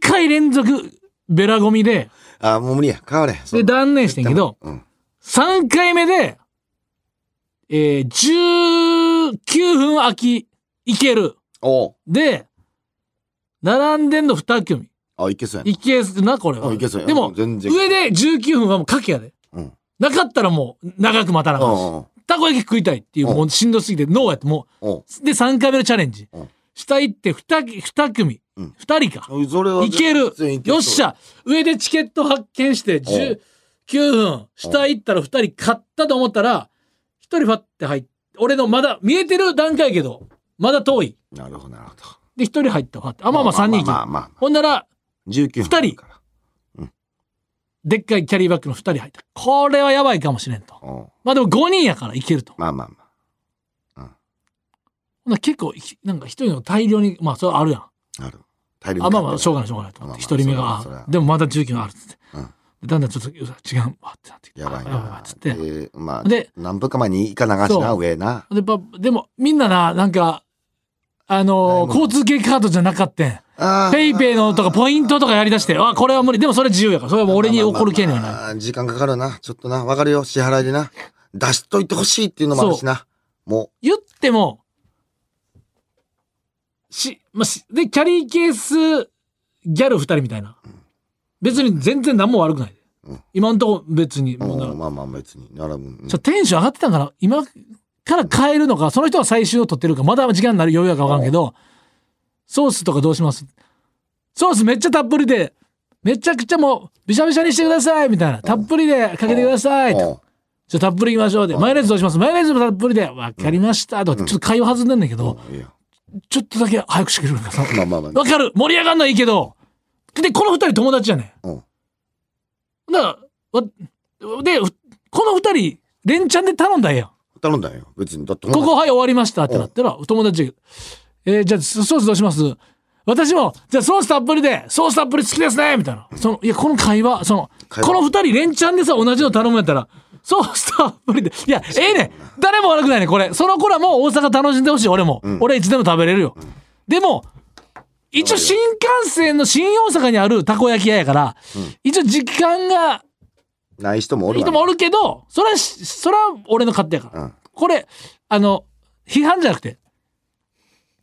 Speaker 3: 回連続、ベラゴミで、
Speaker 4: あ、もう無理や。買われへん。そ
Speaker 3: で、
Speaker 4: んな
Speaker 3: 断念してんけど、
Speaker 4: うん。
Speaker 3: 3回目で、えー、19分空き、いける。
Speaker 4: おう
Speaker 3: で、並んでんの2組。
Speaker 4: あ、いけそうや
Speaker 3: いけすな、これ
Speaker 4: う
Speaker 3: は。
Speaker 4: んいけそうや
Speaker 3: でも、
Speaker 4: 全然
Speaker 3: 上で19分はもう賭けやで。
Speaker 4: な。うん。
Speaker 3: なかったらもう、長く待たなあ
Speaker 4: う
Speaker 3: か
Speaker 4: ん
Speaker 3: んし
Speaker 4: うんうん。
Speaker 3: たこ焼き食いたいっていう、
Speaker 4: うん
Speaker 3: もうしんどすぎて、ノーやって、も
Speaker 4: おう
Speaker 3: う。で、3回目のチャレンジ
Speaker 4: うん。
Speaker 3: 下行って2、二組。 2人か。
Speaker 4: それはい
Speaker 3: ける
Speaker 4: 全然い。けそう
Speaker 3: よっしゃ。上でチケット発見して19分。下行ったら2人買ったと思ったら、1人ファって入って、俺のまだ見えてる段階やけど、まだ遠い。
Speaker 4: なるほどなるほど
Speaker 3: で、1人入ったファって。あ、まあまあ3人
Speaker 4: まあまあ
Speaker 3: 行け
Speaker 4: まあまあ
Speaker 3: ほんなら、
Speaker 4: 19
Speaker 3: 二人
Speaker 4: から
Speaker 3: でっかいキャリーバッグの2人入った。これはやばいかもしれんと。
Speaker 4: おう
Speaker 3: まあでも5人やからいけると。
Speaker 4: まあまあま
Speaker 3: ほんなら結構、ひなんか1人の大量に、まあそれはあるやん。
Speaker 4: あある大量
Speaker 3: あまあまあしょう
Speaker 4: が
Speaker 3: がないしょうがないと思っ
Speaker 4: ま
Speaker 3: て
Speaker 4: あ
Speaker 3: 一
Speaker 4: まあ
Speaker 3: 人目が
Speaker 4: それは
Speaker 3: あ
Speaker 4: それは
Speaker 3: でもまだ19あるっつって、
Speaker 4: うん
Speaker 3: でだんだんちょっとうわ違うわってなってきて
Speaker 4: やばい
Speaker 3: あ
Speaker 4: な
Speaker 3: やばいわっつってで
Speaker 4: でまあ
Speaker 3: で
Speaker 4: 何分か前に行かながしな
Speaker 3: そう
Speaker 4: 上な
Speaker 3: パでもみんなななんかあ
Speaker 4: は
Speaker 3: の
Speaker 4: いも
Speaker 3: ー
Speaker 4: う
Speaker 3: 交通系カードじゃなかったん
Speaker 4: あー
Speaker 3: ペイペイのとかポイントとかやりだしてあこれは無理でもそれ自由やからそれはもう俺に怒る権利はない
Speaker 4: あー時間かかるなちょっとな分かるよ支払いでな出しといてほしいっていうのもあるしなも
Speaker 3: 言ってもし,、まあ、しでキャリーケースギャル2人みたいな別に全然何も悪くない、
Speaker 4: うん
Speaker 3: 今んとこ別に
Speaker 4: う
Speaker 3: 問題
Speaker 4: うんまあまあ別に並ぶうん
Speaker 3: ちょテンション上がってたんかな今から変えるのか、その人は最終を取ってるか、まだ時間になる余裕やから分からんけど、ソースとかどうしますソースめっちゃたっぷりで、めちゃくちゃもう、びしゃびしゃにしてくださいみたいな。たっぷりでかけてください
Speaker 4: お
Speaker 3: と。
Speaker 4: う
Speaker 3: じゃあたっぷりいきましょうで。マヨネーズどうしますマヨネーズもたっぷりで。わかりました。とか、ちょっと会話弾んでんだけど、
Speaker 4: おういいよ
Speaker 3: ちょっとだけ早くしてくれるかさ。
Speaker 4: まあまあまあ
Speaker 3: わかる盛り上がんないけど。で、この二人友達やねん。
Speaker 4: うん
Speaker 3: だからわ、で、ふこの二人、連チャンで頼んだらええやん。
Speaker 4: 頼んだんよ別にだって
Speaker 3: ここはい終わりましたってなったら、友達、えーじゃあソソースどうします私も、じゃあソースたっぷりで、ソースたっぷり好きですねみたいな。その、いや、この会話、その、
Speaker 4: 会話
Speaker 3: この二人連チャンでさ、同じの頼むんやったら、ソースたっぷりで、いや、ええねん誰も悪くないねんこれ。その頃はもう大阪楽しんでほしい、俺も。俺いつでも食べれるよ。でも、一応新幹線の新大阪にあるたこ焼き屋やから、一応時間が
Speaker 4: ない人もおるわ
Speaker 3: 人もおるけど、それはし、それは俺の勝手やから。
Speaker 4: うん
Speaker 3: これ、あの、批判じゃなくて、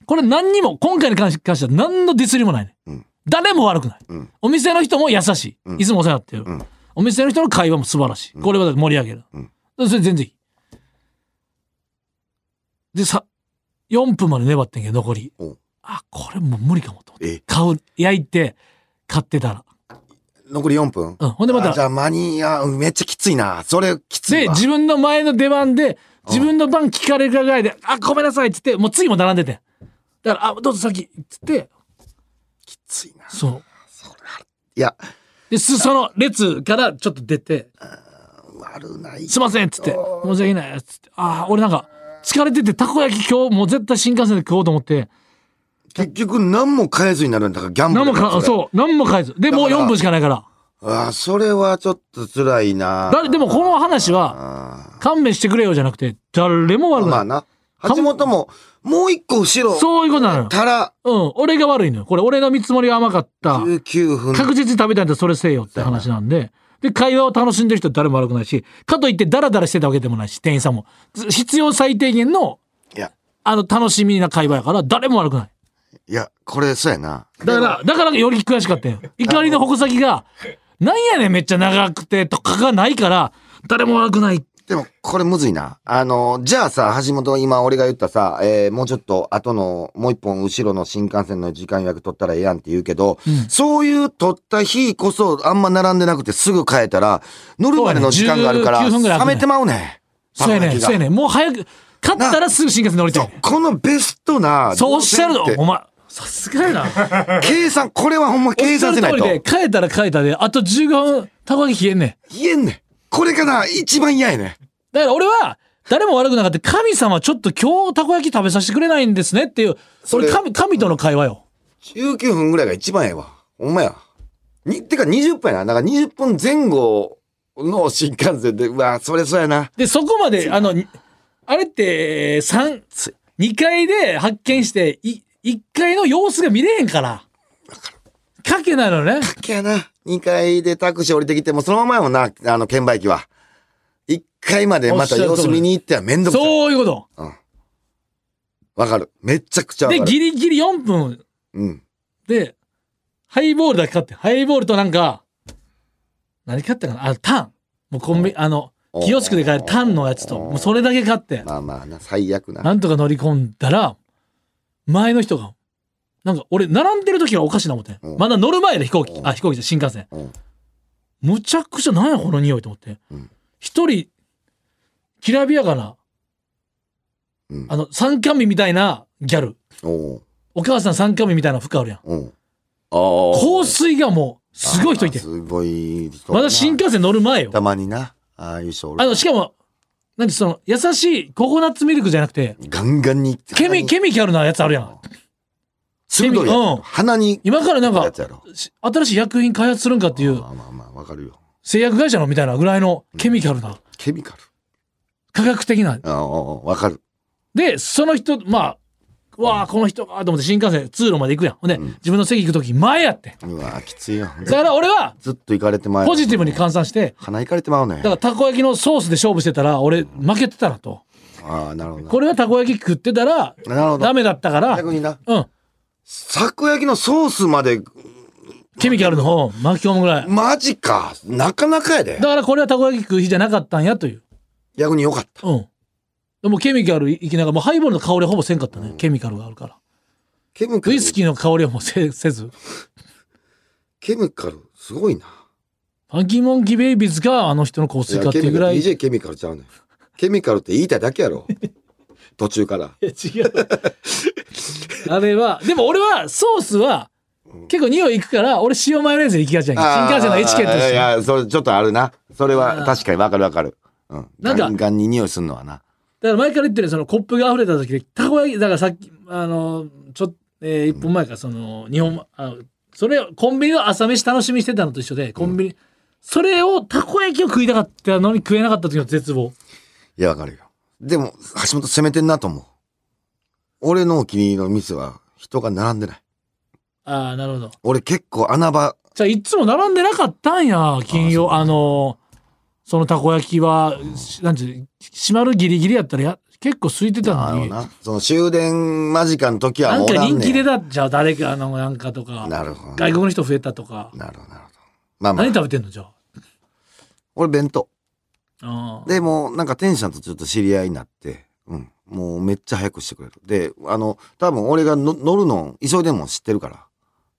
Speaker 3: これ何にも、今回に関し関しては何のディスりもないね。
Speaker 4: ん
Speaker 3: 誰も悪くない、
Speaker 4: ん
Speaker 3: お店の人も優しい。いつもお世話になってる、お店の人の会話も素晴らしい。これはだって盛り上げる。それ全然いい。で、さ、4分まで粘ってんけど、残り
Speaker 4: うん。
Speaker 3: あ、これもう無理かもと思って。
Speaker 4: え
Speaker 3: 買う、焼いて、買ってたら。
Speaker 4: 残り4分
Speaker 3: うんほんでまた
Speaker 4: あじゃあ間に合うめっちゃきついなそれきつい
Speaker 3: で、
Speaker 4: わ
Speaker 3: 自分の前の出番で、自分の番聞かれるかぐらいで、あ、ごめんなさいって言って、もう次も並んでて。だから、あ、どうぞ先って言って、
Speaker 4: きついな
Speaker 3: そう。
Speaker 4: いや
Speaker 3: で、す、その列からちょっと出て、
Speaker 4: 悪ない
Speaker 3: すいませんっつって、申し訳ないっつって、あー、俺なんか、疲れてて、たこ焼き今日もう絶対新幹線で食おうと思って、
Speaker 4: 結局何も変えずになるんだからギャンブ
Speaker 3: 何
Speaker 4: ル
Speaker 3: も
Speaker 4: だ
Speaker 3: か、
Speaker 4: それ
Speaker 3: そう、何も変えず。で、もう
Speaker 4: だから
Speaker 3: 4分しかないから。
Speaker 4: ああそれはちょっと辛いな
Speaker 3: 誰、でもこの話は、
Speaker 4: あ
Speaker 3: 勘弁してくれよじゃなくて、誰も
Speaker 4: あ
Speaker 3: 悪く
Speaker 4: ま
Speaker 3: な
Speaker 4: あ
Speaker 3: い。
Speaker 4: な橋本ももう一個後ろ
Speaker 3: そういうことなのよ。
Speaker 4: たら
Speaker 3: うん、俺が悪いのよ。これ、俺の見積もりが甘かった。
Speaker 4: 19分
Speaker 3: 確実に食べたいんだったらそれせえよって話なんで。で、会話を楽しんでる人は誰も悪くないし、かといってダラダラしてたわけでもないし、店員さんも。ず必要最低限の、
Speaker 4: いや
Speaker 3: あの、楽しみな会話やから、誰も悪くない。
Speaker 4: いやこれそうやな
Speaker 3: だから、だからより悔しかったよ。怒りの矛先が、なんやねんめっちゃ長くてとかがないから、誰も悪くない。
Speaker 4: でもこれむずいなあのじゃあさ橋本今俺が言ったさ、えーもうちょっと後のもう一本後ろの新幹線の時間予約取ったらええやんって言うけど、そういう取った日こそあんま並んでなくてすぐ変えたら乗るまでの時間があるから
Speaker 3: そうやね19分ぐらい
Speaker 4: 冷
Speaker 3: 空くね
Speaker 4: めてまうね
Speaker 3: そうや
Speaker 4: パ
Speaker 3: ね
Speaker 4: ン
Speaker 3: ん、
Speaker 4: 焼きが
Speaker 3: そうやねん。もう早く、勝ったらすぐ新幹線乗りたいねん。
Speaker 4: このベストな
Speaker 3: そうおっしゃるの
Speaker 4: 路線っ、て
Speaker 3: お前。さすがやな。
Speaker 4: 計算これはほんま計算せないと
Speaker 3: おっしゃる通りで、変えたら変えたで、あと15分、たこ焼き冷えんねん。
Speaker 4: 言えんねんこれがな一番嫌やねん
Speaker 3: だから俺は、誰も悪くなかった。神様、ちょっと今日たこ焼き食べさせてくれないんですねっていう、そ
Speaker 4: れ
Speaker 3: れ神、神との会話よ。
Speaker 4: 19分ぐらいが一番ええわ。ほんまや。に、てか20分やな。だから20分前後の新幹線で、うわ、それそうやな。
Speaker 3: で、そこまで、あの、にあれって、三
Speaker 4: つい
Speaker 3: 2階で発見して、い、1階の様子が見れへんから。かけないのね。
Speaker 4: けやな。2階でタクシー降りてきても、そのままやもんな、あの、券売機は。1階までまた
Speaker 3: おっしゃる
Speaker 4: 様
Speaker 3: 通り
Speaker 4: 子見に行ってはめんどくさい。
Speaker 3: そういうこ
Speaker 4: わかる。めっちゃくちゃ
Speaker 3: と。
Speaker 4: わか
Speaker 3: で、
Speaker 4: る。
Speaker 3: ギリギリ4分
Speaker 4: うん。
Speaker 3: で、ハイボールだけ買って、ハイボールとなんか、何買ったかなあ、タン。もうコンビ、あの、キオスクで買えるタンのやつと、もうそれだけ買って。
Speaker 4: まあまあな、最悪な。
Speaker 3: なんとか乗り込んだら、前の人が、なんか俺並んでる時がおかしいな思って、
Speaker 4: うん
Speaker 3: まだ乗る前で飛行機、
Speaker 4: うん
Speaker 3: あ飛行機じゃ新幹線、
Speaker 4: うん
Speaker 3: むちゃくちゃなんやこの匂いと思って
Speaker 4: うん
Speaker 3: 一、人きらびやかな
Speaker 4: うん
Speaker 3: あの三冠日みたいなギャル
Speaker 4: おう
Speaker 3: お母さん三冠日みたいな服あるやん
Speaker 4: おうああ
Speaker 3: 香水がもうすごい人いて
Speaker 4: すごい人
Speaker 3: まだ新幹線乗る前よ
Speaker 4: たまになああいう人おる
Speaker 3: あのしかもなんてその優しいココナッツミルクじゃなくて
Speaker 4: ガンガンに
Speaker 3: ケミケミカルなやつあるやん
Speaker 4: 鋭いやつ
Speaker 3: うん
Speaker 4: 鼻に
Speaker 3: 今からなん
Speaker 4: や
Speaker 3: か
Speaker 4: つやろ
Speaker 3: し新しい薬品開発するんかっていう
Speaker 4: まあまあまあわかるよ
Speaker 3: 製薬会社のみたいなぐらいのケミカルな
Speaker 4: ケミカル
Speaker 3: 科学的な
Speaker 4: ああわかる
Speaker 3: でその人まあわあこの人かと思って新幹線通路まで行くやんほんで自分の席行く時前やって
Speaker 4: うわきつい
Speaker 3: <laughs>
Speaker 4: よ
Speaker 3: だから俺は
Speaker 4: ずっと行かれてまう
Speaker 3: ポジティブに換算して
Speaker 4: 鼻行かれてまうね
Speaker 3: だからたこ焼きのソースで勝負してたら俺負けてたなと
Speaker 4: ああなるほど
Speaker 3: これはたこ焼き食ってたら
Speaker 4: なるほど
Speaker 3: ダメだったから
Speaker 4: 逆にな
Speaker 3: うん
Speaker 4: たこ焼きのソースまで
Speaker 3: ケミカルの方巻き込むぐらい
Speaker 4: マジかなかなかやで
Speaker 3: だからこれはたこ焼き食う日じゃなかったんやという
Speaker 4: 逆によかった
Speaker 3: うんでもケミカルいきながらもうハイボールの香りはほぼせんかったね、ケミカルがあるから
Speaker 4: ケミカ
Speaker 3: ウ
Speaker 4: ル
Speaker 3: イスキーの香りはもうせ <laughs> せず
Speaker 4: ケミカルすごいな
Speaker 3: ファンキーモンキーベイビーズがあの人の香
Speaker 4: い
Speaker 3: 水
Speaker 4: や
Speaker 3: かっていうぐらい
Speaker 4: DJ ケミカルちゃうねんケミカルって言いたいだけや
Speaker 3: <laughs>
Speaker 4: ろ途中から
Speaker 3: いや違う <laughs> あれはでも俺はソースは結構匂いいくから俺塩マヨネーズで行きがちやんけ新幹線のエチケット
Speaker 4: あ
Speaker 3: と
Speaker 4: ー
Speaker 3: し
Speaker 4: い
Speaker 3: て
Speaker 4: やいやそれちょっとあるなそれは確かにわかるわかるうん
Speaker 3: なんか
Speaker 4: ガンガンに匂いすんのはな
Speaker 3: だから前から言ってるそのコップが溢れた時でたこ焼きだからさっきあのちょえー一本前かその日本あそれをコンビニの朝飯楽しみにしてたのと一緒でコンビニ、それをたこ焼きを食いたかったのに食えなかった時の絶望
Speaker 4: いやわかるよでも橋本攻めてんなと思う俺のお気に入りの店は人が並んでない
Speaker 3: ああなるほど
Speaker 4: 俺結構穴場
Speaker 3: じゃあいつも並んでなかったんや金曜あのそのたこ焼きは、しなんていう閉まるギリギリやったらや結構空いてた
Speaker 4: な
Speaker 3: の
Speaker 4: の
Speaker 3: にな
Speaker 4: なその終電間近の時は
Speaker 3: ん
Speaker 4: もうお
Speaker 3: から
Speaker 4: ん
Speaker 3: 人
Speaker 4: ね
Speaker 3: 気
Speaker 4: ん
Speaker 3: でだじゃあ誰かのなんかとか
Speaker 4: なるほど
Speaker 3: 外
Speaker 4: な
Speaker 3: 国の人増えたとか
Speaker 4: なるほどなるほどまあまあ
Speaker 3: 何食べてんのじゃあ
Speaker 4: 俺弁当
Speaker 3: あー
Speaker 4: でもうなんか店主さんとちょっと知り合いになって、うん、もうめっちゃ早くしてくれるであの多分俺がの乗るの急いでんもん知ってるから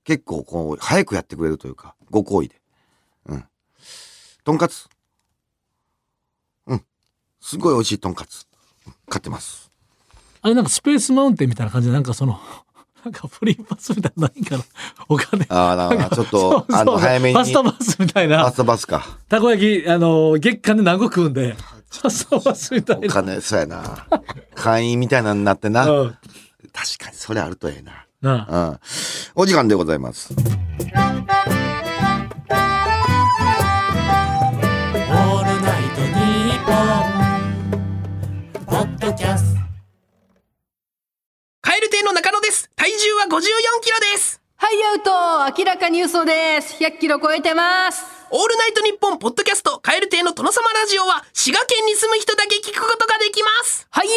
Speaker 4: 結構こう早くやってくれるというかご好意でうんとんかつうんすごい美味しいとんかつうん買ってます
Speaker 3: あれなんかスペースマウンテンみたいな感じでなんかその <laughs> なんかフリーパスみたいなのないんか <laughs> なお金
Speaker 4: ああだ <laughs> からちょっ
Speaker 3: そ
Speaker 4: と
Speaker 3: うそう
Speaker 4: あの早めに
Speaker 3: ファストバスみたい
Speaker 4: パ
Speaker 3: な
Speaker 4: スタバスか
Speaker 3: たこ焼きあのー月間で何個食うんでファストバスみたい
Speaker 4: お
Speaker 3: な、
Speaker 4: 金そうやな会員みたいなのになってな確
Speaker 3: うん、
Speaker 4: かにそれあるとええな
Speaker 3: なあ
Speaker 4: うんお時間でございます
Speaker 5: カエル亭の中野です。体重は54キロです。
Speaker 6: ハイアウト明らかに嘘です100キロ超えてます
Speaker 5: オールナイトニッポンポッドキャストカエル亭の殿様ラジオは滋賀県に住む人だけ聞くことができます。
Speaker 6: ハイ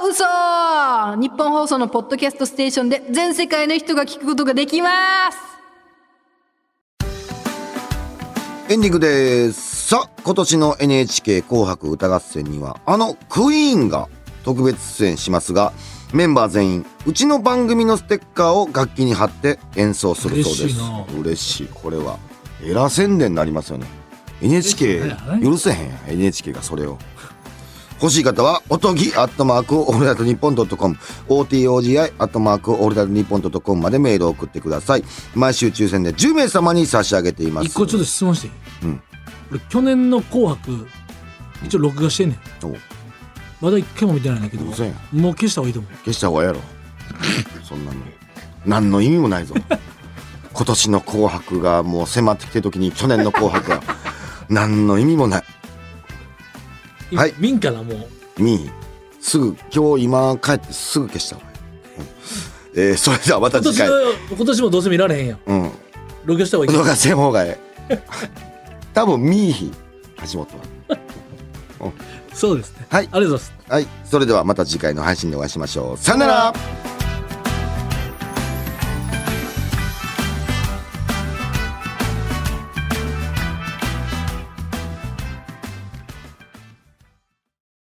Speaker 6: アウト嘘日本放送のポッドキャストステーションで全世界の人が聞くことができます
Speaker 4: エンディングです。さあ、今年の NHK 紅白歌合戦には、あのクイーンが特別出演しますが、メンバー全員、うちの番組のステッカーを楽器に貼って演奏するそうです。
Speaker 3: 嬉しいな
Speaker 4: 嬉しい。これは、エラ宣伝になりますよね。NHK
Speaker 3: 嬉しいね
Speaker 4: 許せへんやん NHK がそれを。欲しい方は、おとぎ、アットマーク、オールナイトニッポンドットコム、OTOGI、アットマーク、オールナイトニッポンドットコムまでメールを送ってください。毎週抽選で10名様に差し上げています。
Speaker 3: 一個ちょっと質問していい、
Speaker 4: うん
Speaker 3: 俺去年の「紅白」一応録画してんねん
Speaker 4: お
Speaker 3: まだ一回も見てないんだけどもう
Speaker 4: 嘘やん
Speaker 3: 消した方がいいと思う
Speaker 4: 消した方がええやろ <laughs> そんなの何の意味も
Speaker 3: <laughs>
Speaker 4: ないぞ今年の「紅白」がもう迫ってきてる時に去年の「紅白」は <laughs> 何の意味もないはい
Speaker 3: 見んからもう
Speaker 4: にすぐ今日今帰ってすぐ消した方がええ、うんえーそれではまた
Speaker 3: 今
Speaker 4: 次回
Speaker 3: 年の今年もどうせ見られへんやん
Speaker 4: うん
Speaker 3: 録画した方がいい
Speaker 4: 驚かせん方がええ多分見いひん橋本は
Speaker 3: そうですね
Speaker 4: はい
Speaker 3: ありがとうございます
Speaker 4: はいそれではまた次回の配信でお会いしましょうさよなら